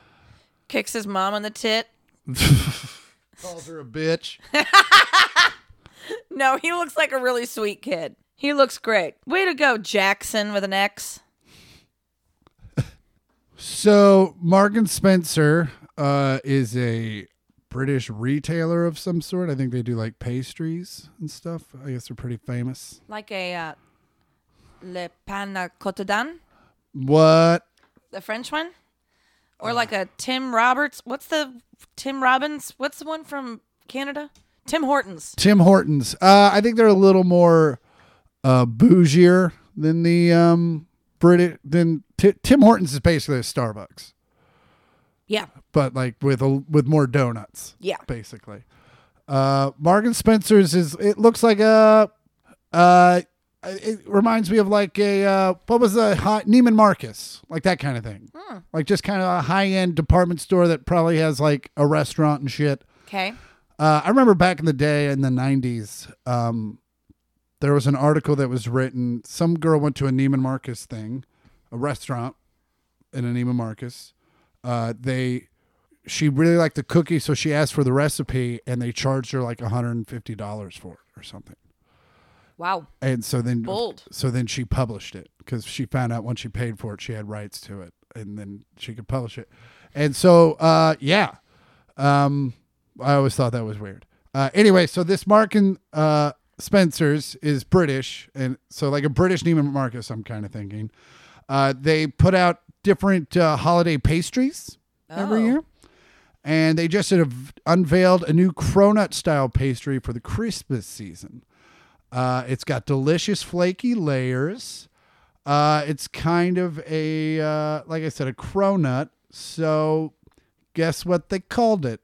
Speaker 3: kicks his mom on the tit.
Speaker 2: Calls her a bitch.
Speaker 3: No, he looks like a really sweet kid. He looks great. Way to go, Jackson with an X.
Speaker 2: So Mark and Spencer uh, is a British retailer of some sort. I think they do like pastries and stuff. I guess they're pretty famous.
Speaker 3: Like a uh, Le Pan Cotodan,
Speaker 2: What?
Speaker 3: the French one?
Speaker 2: Uh-huh.
Speaker 3: Or like a Tim Roberts. What's the Tim Robbins? What's the one from Canada? Tim Hortons.
Speaker 2: Tim Hortons. Uh, I think they're a little more uh, bougier than the um, British. Than Ti- Tim Hortons is basically a Starbucks,
Speaker 3: Yeah.
Speaker 2: but like with a, with more donuts.
Speaker 3: Yeah.
Speaker 2: basically. Uh, Morgan Spencer's is it looks like a uh, it reminds me of like a uh, what was the high, Neiman Marcus like that kind of thing, like just kind of a high end department store that probably has like a restaurant and shit.
Speaker 3: Okay.
Speaker 2: Uh, I remember back in the day in the '90s, um, there was an article that was written. Some girl went to a Neiman Marcus thing, a restaurant in a Neiman Marcus. Uh, they, she really liked the cookie, so she asked for the recipe, and they charged her like 150 dollars for it or something.
Speaker 3: Wow.
Speaker 2: And so then,
Speaker 3: Bold.
Speaker 2: so then she published it because she found out once she paid for it, she had rights to it, and then she could publish it. And so, uh, yeah, um, I always thought that was weird. Uh, anyway, so this Mark and uh, Spencer's is British, and so like a British Neiman Marcus, I'm kind of thinking. Uh, they put out different uh, holiday pastries every
Speaker 3: Oh.
Speaker 2: year, and they just sort of unveiled a new cronut style pastry for the Christmas season. Uh, it's got delicious flaky layers. Uh, it's kind of a uh, like I said, a cronut. So, guess what they called it?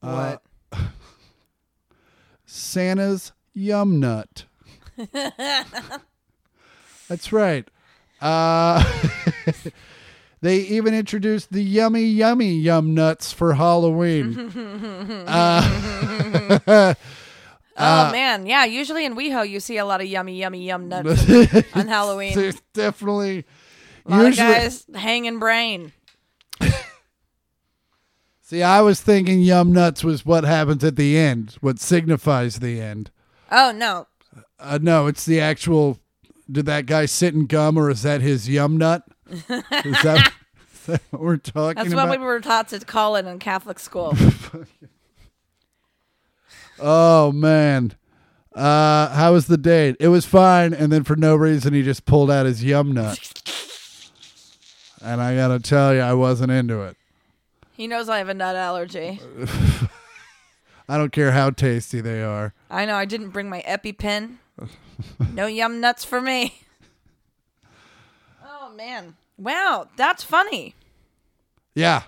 Speaker 2: Uh,
Speaker 3: What?
Speaker 2: [laughs] Santa's Yum
Speaker 3: [laughs]
Speaker 2: Nut. That's right. Uh, [laughs] they even introduced the yummy, yummy yum nuts for Halloween. [laughs]
Speaker 3: oh, man. Yeah. Usually in WeHo, you see a lot of yummy, yummy, yum nuts [laughs] on Halloween.
Speaker 2: There's definitely
Speaker 3: A lot
Speaker 2: usually.
Speaker 3: of guys hanging brain.
Speaker 2: See, I was thinking yum nuts was what happens at the end, what signifies the end.
Speaker 3: Oh, no.
Speaker 2: Uh, no, it's the actual. Did that guy sit in gum, or is that his yum
Speaker 3: [laughs]
Speaker 2: nut? Is that, is that what [laughs] we're talking
Speaker 3: That's
Speaker 2: about?
Speaker 3: what we were taught to call it in Catholic
Speaker 2: [laughs]
Speaker 3: school.
Speaker 2: Oh man. Uh how was the date? It was fine and then for no reason he just pulled out his yum nut. And I got to tell you I wasn't into it.
Speaker 3: he knows I have a nut allergy.
Speaker 2: I don't care how tasty they are.
Speaker 3: I know I didn't bring my EpiPen. No yum nuts for me.
Speaker 2: [laughs]
Speaker 3: Oh man. Wow, that's funny.
Speaker 2: Yeah.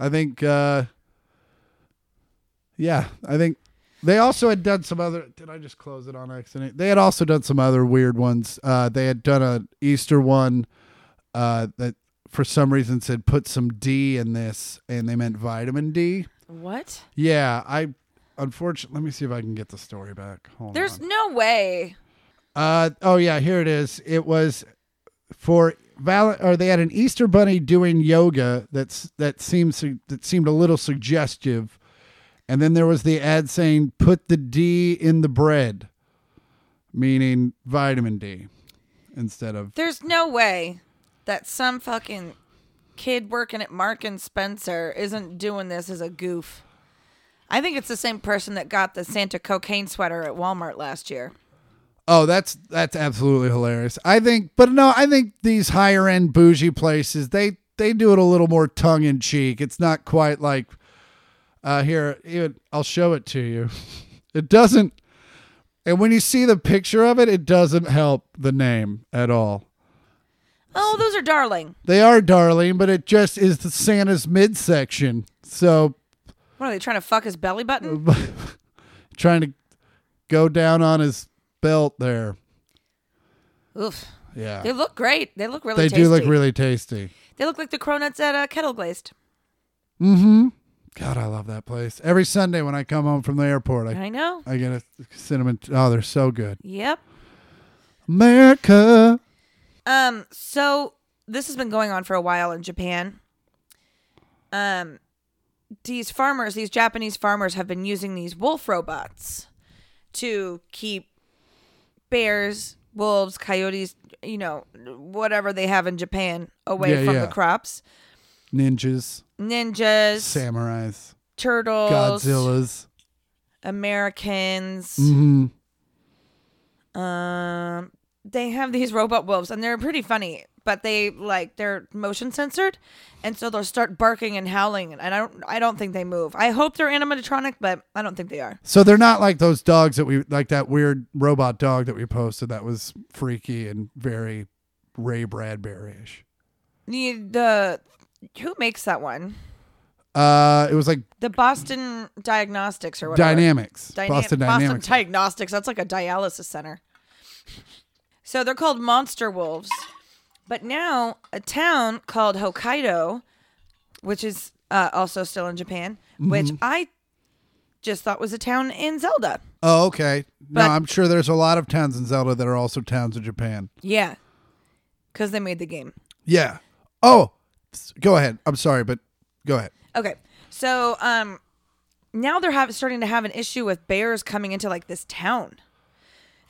Speaker 2: I think uh Yeah, I think they also had done some other did I just close it on accident? They had also done some other weird ones. Uh they had done an Easter one uh that for some reason said put some D in this and they meant vitamin D.
Speaker 3: What?
Speaker 2: Yeah, I unfortunately let me see if I can get the story back. Hold
Speaker 3: There's
Speaker 2: on.
Speaker 3: no way.
Speaker 2: Uh oh yeah, here it is. It was for Val or they had an Easter bunny doing yoga that's that seems that seemed a little suggestive. And then there was the ad saying put the D in the bread, meaning vitamin D instead of
Speaker 3: There's no way that some fucking kid working at Mark and Spencer isn't doing this as a goof. I think it's the same person that got the Santa cocaine sweater at Walmart last year.
Speaker 2: Oh, that's that's absolutely hilarious. I think, but no, I think these higher end bougie places they they do it a little more tongue in cheek. It's not quite like uh, here. Even, I'll show it to you. [laughs] It doesn't. And when you see the picture of it, it doesn't help the name at all.
Speaker 3: Oh, those are darling.
Speaker 2: They are darling, but it just is the Santa's midsection. So
Speaker 3: What are they trying to fuck his belly button?
Speaker 2: trying to go down on his belt there.
Speaker 3: Oof.
Speaker 2: Yeah.
Speaker 3: They look great. They look really
Speaker 2: Mm. They
Speaker 3: tasty.
Speaker 2: do look really tasty.
Speaker 3: They look like the cronuts at uh, Kettle Glazed.
Speaker 2: God, I love that place. Every Sunday when I come home from the airport, I,
Speaker 3: I know.
Speaker 2: I get a cinnamon. Oh, they're so good.
Speaker 3: Yep.
Speaker 2: America.
Speaker 3: Um, so this has been going on for a while in Japan. Um, these farmers, these Japanese farmers, have been using these wolf robots to keep bears, wolves, coyotes, you know, whatever they have in Japan away
Speaker 2: Yeah,
Speaker 3: from
Speaker 2: yeah.
Speaker 3: the crops.
Speaker 2: Ninjas,
Speaker 3: Ninjas,
Speaker 2: samurais,
Speaker 3: turtles,
Speaker 2: Godzillas.
Speaker 3: Americans.
Speaker 2: hmm
Speaker 3: Um, they have these robot wolves, and they're pretty funny. But they like they're motion censored, and so they'll start barking and howling. And I don't, I don't think they move. I hope they're animatronic, but I don't think they are.
Speaker 2: So they're not like those dogs that we like that weird robot dog that we posted that was freaky and very Ray Bradbury ish.
Speaker 3: The, the who makes that one?
Speaker 2: Uh, it was like
Speaker 3: The Boston Diagnostics or whatever.
Speaker 2: Dynamics,
Speaker 3: Dyna-
Speaker 2: Boston Dynamics.
Speaker 3: Boston Diagnostics. That's like a dialysis center. So they're called monster wolves. But now a town called Hokkaido, which is uh, also still in Japan,
Speaker 2: Mm-hmm.
Speaker 3: which I just thought was a town in Zelda.
Speaker 2: oh, okay. No,
Speaker 3: But-
Speaker 2: I'm sure there's a lot of towns in Zelda that are also towns in Japan.
Speaker 3: Yeah. Because they made the game.
Speaker 2: Yeah. Oh, s- go ahead. I'm sorry, but go ahead.
Speaker 3: Okay. So um now they're have, starting to have an issue with bears coming into like this town.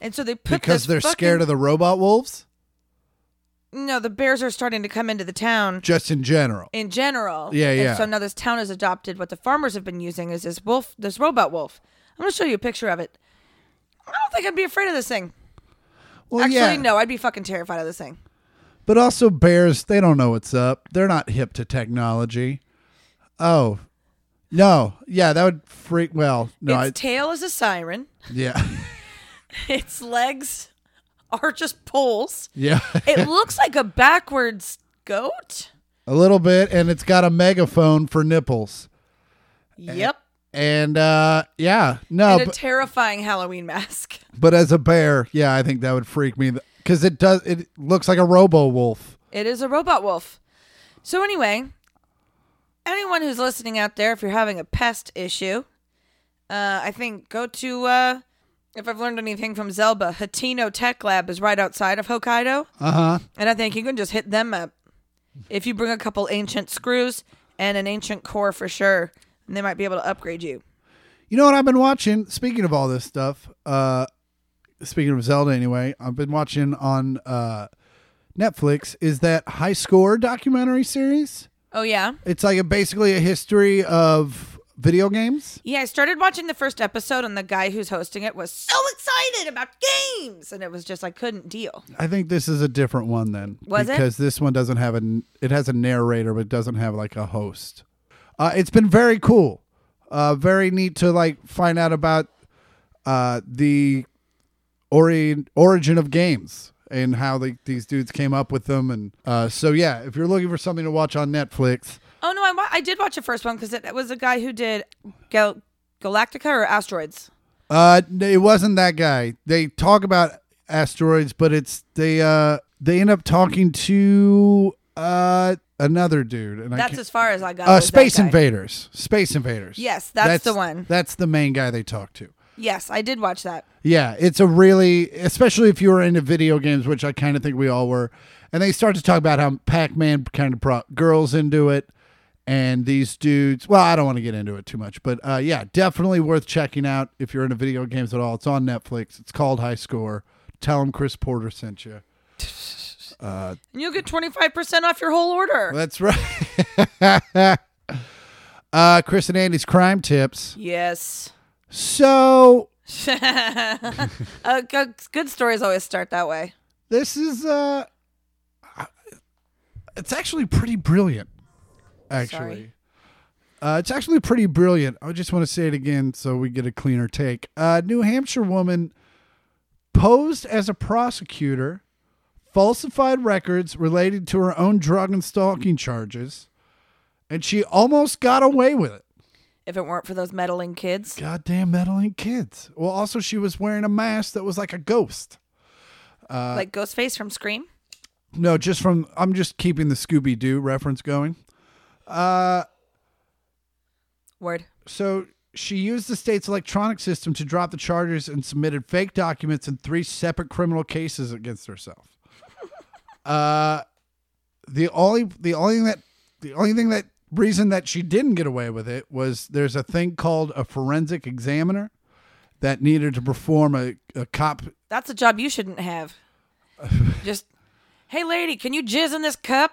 Speaker 3: And so they put
Speaker 2: Because
Speaker 3: this
Speaker 2: they're
Speaker 3: fucking-
Speaker 2: scared of the robot wolves,
Speaker 3: No, the bears are starting to come into the town.
Speaker 2: just in general.
Speaker 3: in general.
Speaker 2: Yeah, yeah.
Speaker 3: And so now this town has adopted what the farmers have been using is this wolf, this robot wolf. I'm gonna show you a picture of it. I don't think I'd be afraid of this thing.
Speaker 2: Well,
Speaker 3: Actually,
Speaker 2: yeah.
Speaker 3: no, I'd be fucking terrified of this thing.
Speaker 2: But also, bears, they don't know what's up. They're not hip to technology. Oh, no. Yeah, that would freak. Well, no.
Speaker 3: its
Speaker 2: I,
Speaker 3: tail is a siren. [laughs]
Speaker 2: yeah. [laughs]
Speaker 3: Its legs are just poles.
Speaker 2: yeah. [laughs]
Speaker 3: It looks like a backwards goat.
Speaker 2: a little bit. And it's got a megaphone for nipples.
Speaker 3: Yep.
Speaker 2: And uh, yeah, no.
Speaker 3: And a
Speaker 2: but,
Speaker 3: terrifying Halloween mask.
Speaker 2: but as a bear, yeah, I think that would freak me. Because it does, it looks like a robo wolf.
Speaker 3: It is a robot wolf. So anyway, anyone who's listening out there, if you're having a pest issue, uh, I think go to uh, if I've learned anything from Zelba, Hatino Tech Lab is right outside of Hokkaido,
Speaker 2: Uh huh.
Speaker 3: and I think you can just hit them up if you bring a couple ancient screws and an ancient core for sure, and they might be able to upgrade you.
Speaker 2: You know what I've been watching? Speaking of all this stuff, uh, speaking of Zelda anyway, I've been watching on uh, Netflix is that High Score documentary series.
Speaker 3: Oh yeah,
Speaker 2: It's like a, basically a history of video games.
Speaker 3: yeah. I started watching the first episode, and the guy who's hosting it was so excited about games, and it was just I couldn't deal.
Speaker 2: I think this is a different one then,
Speaker 3: Was it?
Speaker 2: because this one doesn't have an it has a narrator but it doesn't have like a host. Uh, it's been very cool, uh, very neat to like find out about uh, the ori- origin of games and how like these dudes came up with them. And uh, so yeah, if you're looking for something to watch on Netflix,
Speaker 3: Oh no, I, wa- I did watch the first one because it, it was a guy who did Gal- Galactica or Asteroids.
Speaker 2: Uh, n- it wasn't that guy. They talk about asteroids, but it's they uh they end up talking to uh another dude, and I
Speaker 3: That's
Speaker 2: can't-
Speaker 3: as far as I got.
Speaker 2: uh
Speaker 3: with that
Speaker 2: Space
Speaker 3: guy.
Speaker 2: Invaders. Space Invaders.
Speaker 3: Yes, that's the one.
Speaker 2: That's the main guy they talk to.
Speaker 3: Yes, I did watch that.
Speaker 2: Yeah, it's a really, especially if you were into video games, which I kind of think we all were. And they start to talk about how Pac Man kind of brought girls into it. And these dudes, well, I don't want to get into it too much, but uh, yeah, definitely worth checking out if you're into video games at all. It's on Netflix. It's called High Score. Tell them Chris Porter sent you.
Speaker 3: and you'll get 25% off your whole order.
Speaker 2: That's right. [laughs] uh, Chris and Andy's crime tips.
Speaker 3: yes. [laughs]
Speaker 2: So
Speaker 3: Uh, good, good stories always start that way.
Speaker 2: this is uh, it's actually pretty brilliant. Actually,
Speaker 3: Sorry.
Speaker 2: uh, it's actually pretty brilliant. I just want to say it again so we get a cleaner take. Uh, New Hampshire woman posed as a prosecutor, falsified records related to her own drug and stalking charges, and she almost got away with it.
Speaker 3: If it weren't for those meddling kids.
Speaker 2: goddamn meddling kids. Well, also she was wearing a mask that was like a ghost.
Speaker 3: like Ghostface from Scream.
Speaker 2: No, just from I'm just keeping the Scooby Doo reference going.
Speaker 3: Word.
Speaker 2: So she used the state's electronic system to drop the charges and submitted fake documents in three separate criminal cases against herself. uh, the only the only thing that the only thing that reason that she didn't get away with it was there's a thing called a forensic examiner that needed to perform a, a cop
Speaker 3: That's a job you
Speaker 2: [laughs]
Speaker 3: shouldn't have. Just, hey, lady, can you jizz in this cup?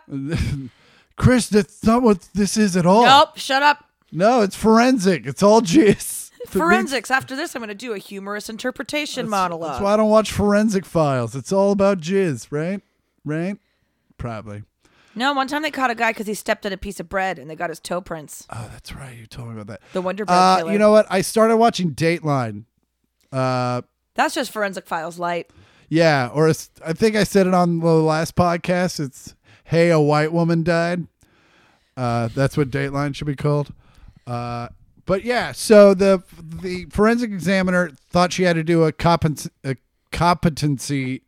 Speaker 2: Chris, that's not what this is at all.
Speaker 3: Nope, shut up.
Speaker 2: No, it's forensic. It's all jizz. [laughs] To me-
Speaker 3: Forensics. After this, I'm going to do a humorous interpretation monologue.
Speaker 2: That's why I don't watch forensic files. It's all about jizz, right? Right? Probably.
Speaker 3: No, one time they caught a guy because he stepped on a piece of bread and they got his toe prints.
Speaker 2: Oh, that's right. You told me about that.
Speaker 3: The Wonder Bread
Speaker 2: Uh,
Speaker 3: Killer.
Speaker 2: you know what? I started watching Dateline. Uh,
Speaker 3: That's just Forensic Files light.
Speaker 2: yeah, or it's, I think I said it on the last podcast. It's "Hey, a white woman died." Uh, that's what Dateline should be called. Uh, but yeah, so the the forensic examiner thought she had to do a, compet- a competency,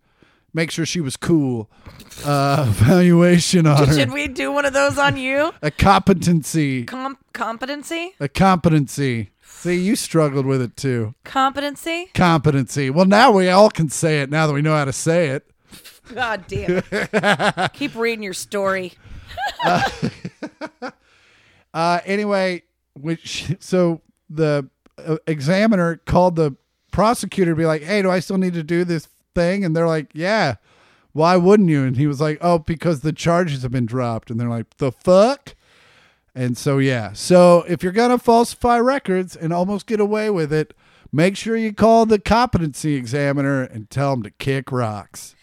Speaker 2: make sure she was cool, uh, [laughs] evaluation on
Speaker 3: Should
Speaker 2: her.
Speaker 3: we do one of those on you?
Speaker 2: A competency,
Speaker 3: Com- competency?
Speaker 2: a competency. See, you struggled with it too.
Speaker 3: Competency?
Speaker 2: Competency. Well, now we all can say it. Now that we know how to say it.
Speaker 3: God damn it. Keep reading your story.
Speaker 2: Uh, anyway, [laughs] which so the uh, examiner called the prosecutor to be like, "Hey, do I still need to do this thing?" And they're like, "Yeah." Why wouldn't you? And he was like, "Oh, because the charges have been dropped." And they're like, "The fuck?" And so yeah. So if you're gonna falsify records and almost get away with it, make sure you call the competency examiner and tell him to kick rocks.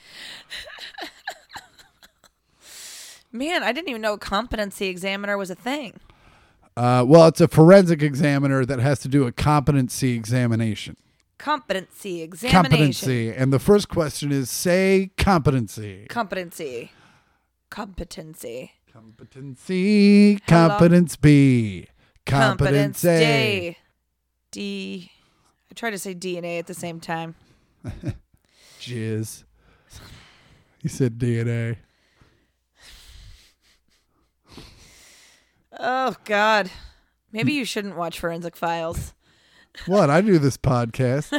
Speaker 3: Man, I didn't even know competency examiner was a thing.
Speaker 2: Uh, well, it's a forensic examiner that has to do a competency examination.
Speaker 3: Competency examination.
Speaker 2: competency. And the first question is say competency.
Speaker 3: Competency. Competency.
Speaker 2: Competency, competence B. Competence A.
Speaker 3: Competency. D. I tried to say DNA at the same time.
Speaker 2: Jizz. He said DNA.
Speaker 3: Oh, God. Maybe you shouldn't watch Forensic Files.
Speaker 2: What? I do this podcast.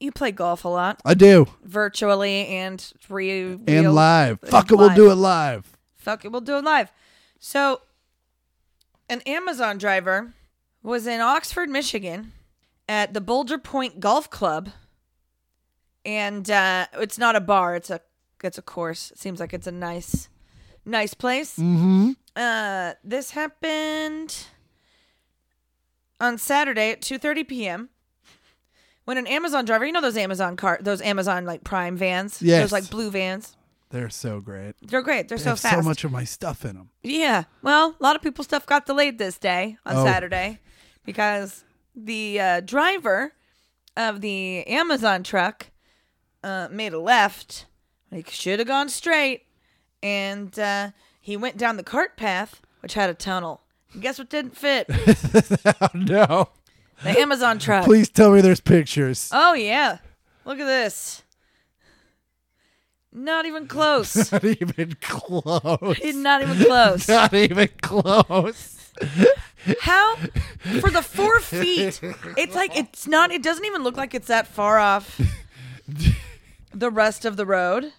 Speaker 3: You play golf a lot,
Speaker 2: I [laughs] do.
Speaker 3: virtually and re-
Speaker 2: And
Speaker 3: real-
Speaker 2: live.
Speaker 3: and
Speaker 2: Fuck it, we'll
Speaker 3: live.
Speaker 2: do it live.
Speaker 3: Fuck it, we'll do it live. So, an Amazon driver was in Oxford, Michigan, at the Boulder Point Golf Club, and uh, it's not a bar; it's a it's a course. It seems like it's a nice, nice place. Mm-hmm. Uh, this happened on Saturday at two thirty p.m. When an Amazon driver, you know those Amazon car, those Amazon like Prime vans,
Speaker 2: Yes.
Speaker 3: those like blue vans,
Speaker 2: They're so great. They
Speaker 3: they're great. They're so
Speaker 2: have
Speaker 3: fast.
Speaker 2: so much of my stuff in them.
Speaker 3: Yeah. Well, a lot of people's stuff got delayed this day on
Speaker 2: Oh.
Speaker 3: Saturday because the uh, driver of the Amazon truck uh, made a left. He should have gone straight. And uh, he went down the cart path, which had a tunnel. And guess what didn't fit?
Speaker 2: [laughs] oh, no. [laughs]
Speaker 3: The Amazon truck.
Speaker 2: Please tell me there's pictures. [laughs]
Speaker 3: Oh, yeah. Look at this. Not even
Speaker 2: [laughs]
Speaker 3: close.
Speaker 2: Not even [laughs] close.
Speaker 3: Not even close.
Speaker 2: Not even close.
Speaker 3: How for the four feet? It's like it's not. It doesn't even look like it's that far off the rest of the road.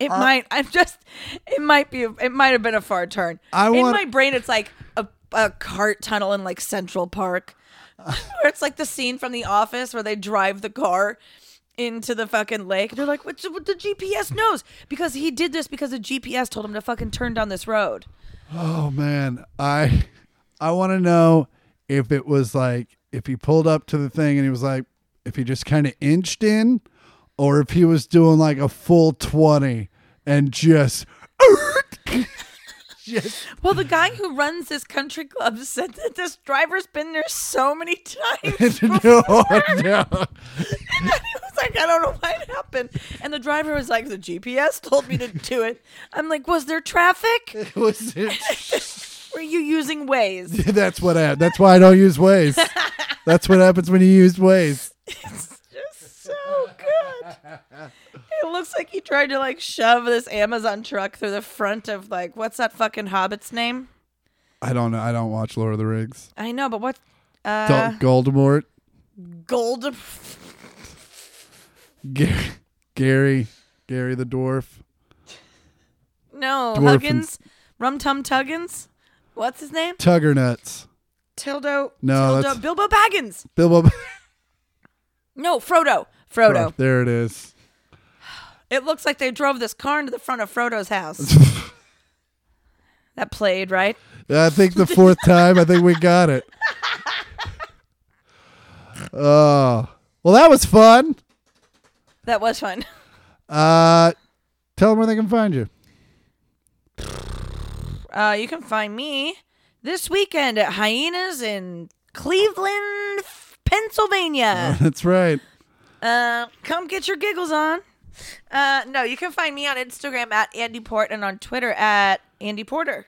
Speaker 3: It
Speaker 2: Uh,
Speaker 3: might. I'm just. It might be. It might have been a far turn.
Speaker 2: I
Speaker 3: In
Speaker 2: want-
Speaker 3: my brain, it's like a a cart tunnel in [laughs] like Central Park, where it's like the scene from The Office where they drive the car. into the fucking lake. They're like, "What's what the GPS knows?" Because he did this because the GPS told him to fucking turn down this road.
Speaker 2: Oh man, I I want to know if it was like if he pulled up to the thing and he was like if he just kind of inched in, or if he was doing like a full twenty and just [laughs] just [laughs]
Speaker 3: Well, the guy who runs this country club said that this driver's been there so many [laughs] times.
Speaker 2: no,
Speaker 3: before.
Speaker 2: no.
Speaker 3: And then he was like, I don't know why it happened. And the driver was like, the GPS told me to do it. I'm like, was there traffic?
Speaker 2: Was [laughs] it-
Speaker 3: Were you using
Speaker 2: [laughs]
Speaker 3: Waze?
Speaker 2: that's what I, that's why I don't use Waze. That's what happens when you use Waze.
Speaker 3: It's just so good. It looks like he tried to like shove this Amazon truck through the front of like, what's that fucking hobbit's name?
Speaker 2: I don't know. I don't watch Lord of the Rings.
Speaker 3: I know, but what?
Speaker 2: Don't
Speaker 3: Uh,
Speaker 2: Voldemort,
Speaker 3: gold.
Speaker 2: Gary, Gary, Gary the dwarf.
Speaker 3: No,
Speaker 2: Dwarf and-
Speaker 3: Huggins. Rum Tum Tuggins. What's his name?
Speaker 2: Tugger nuts.
Speaker 3: Tildo.
Speaker 2: No,
Speaker 3: Tildo.
Speaker 2: that's-
Speaker 3: Bilbo Baggins.
Speaker 2: Bilbo.
Speaker 3: No, Frodo. Frodo.
Speaker 2: There it is.
Speaker 3: It looks like they drove this car into the front of
Speaker 2: [laughs]
Speaker 3: Frodo's house. that played, right?
Speaker 2: I think the fourth time, I think we got it. Oh, well, that was fun.
Speaker 3: That was fun.
Speaker 2: Uh, tell them where they can find you. [laughs]
Speaker 3: Uh, you can find me this weekend at Hyenas in Cleveland,
Speaker 2: [laughs]
Speaker 3: Pennsylvania.
Speaker 2: That's right.
Speaker 3: Uh, come get your giggles on. Uh, no, you can find me on Instagram at Andy Port and on Twitter at Andy Porter.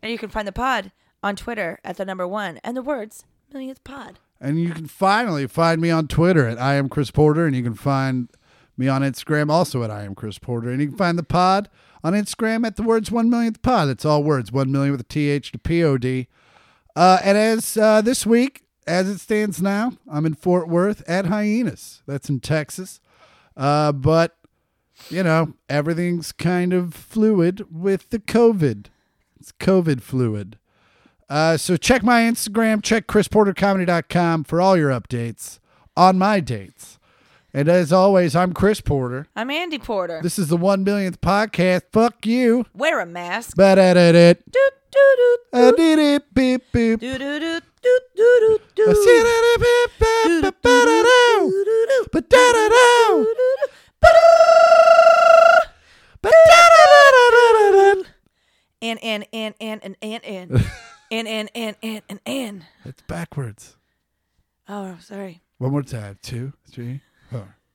Speaker 3: And you can find the pod on Twitter at the number one and the words millionth pod.
Speaker 2: And you can finally find me on Twitter at I am Chris Porter, and you can find me on Instagram also at I am Chris Porter, and you can find the pod on Instagram at the words one millionth pod. It's all words one million with a th to p o d. Uh, and as uh, this week, as it stands now, I'm in Fort Worth at Hyenas. That's in Texas, uh, but you know everything's kind of fluid with the COVID. It's COVID fluid. Uh, so check my Instagram, check chrisportercomedy.com for all your updates on my dates. And as always, I'm Chris Porter.
Speaker 3: I'm Andy Porter.
Speaker 2: This is the one millionth podcast. Fuck you.
Speaker 3: Wear a mask.
Speaker 2: But I did it.
Speaker 3: Doot, doot, doot,
Speaker 2: I did it. Beep beep.
Speaker 3: doot, doot, doot, doot, doot, doot,
Speaker 2: I
Speaker 3: doot.
Speaker 2: said it, beep, beep, beep,
Speaker 3: Doot,
Speaker 2: ba-da-da.
Speaker 3: doot, doot,
Speaker 2: Ba-da-da-da.
Speaker 3: doot, doot, doot.
Speaker 2: Ba-da-da-da-da-da-da.
Speaker 3: And, and, and, and, and, and, and, and, and, and, and, and, and.
Speaker 2: It's backwards.
Speaker 3: Oh, sorry.
Speaker 2: One more time. Two, three, four.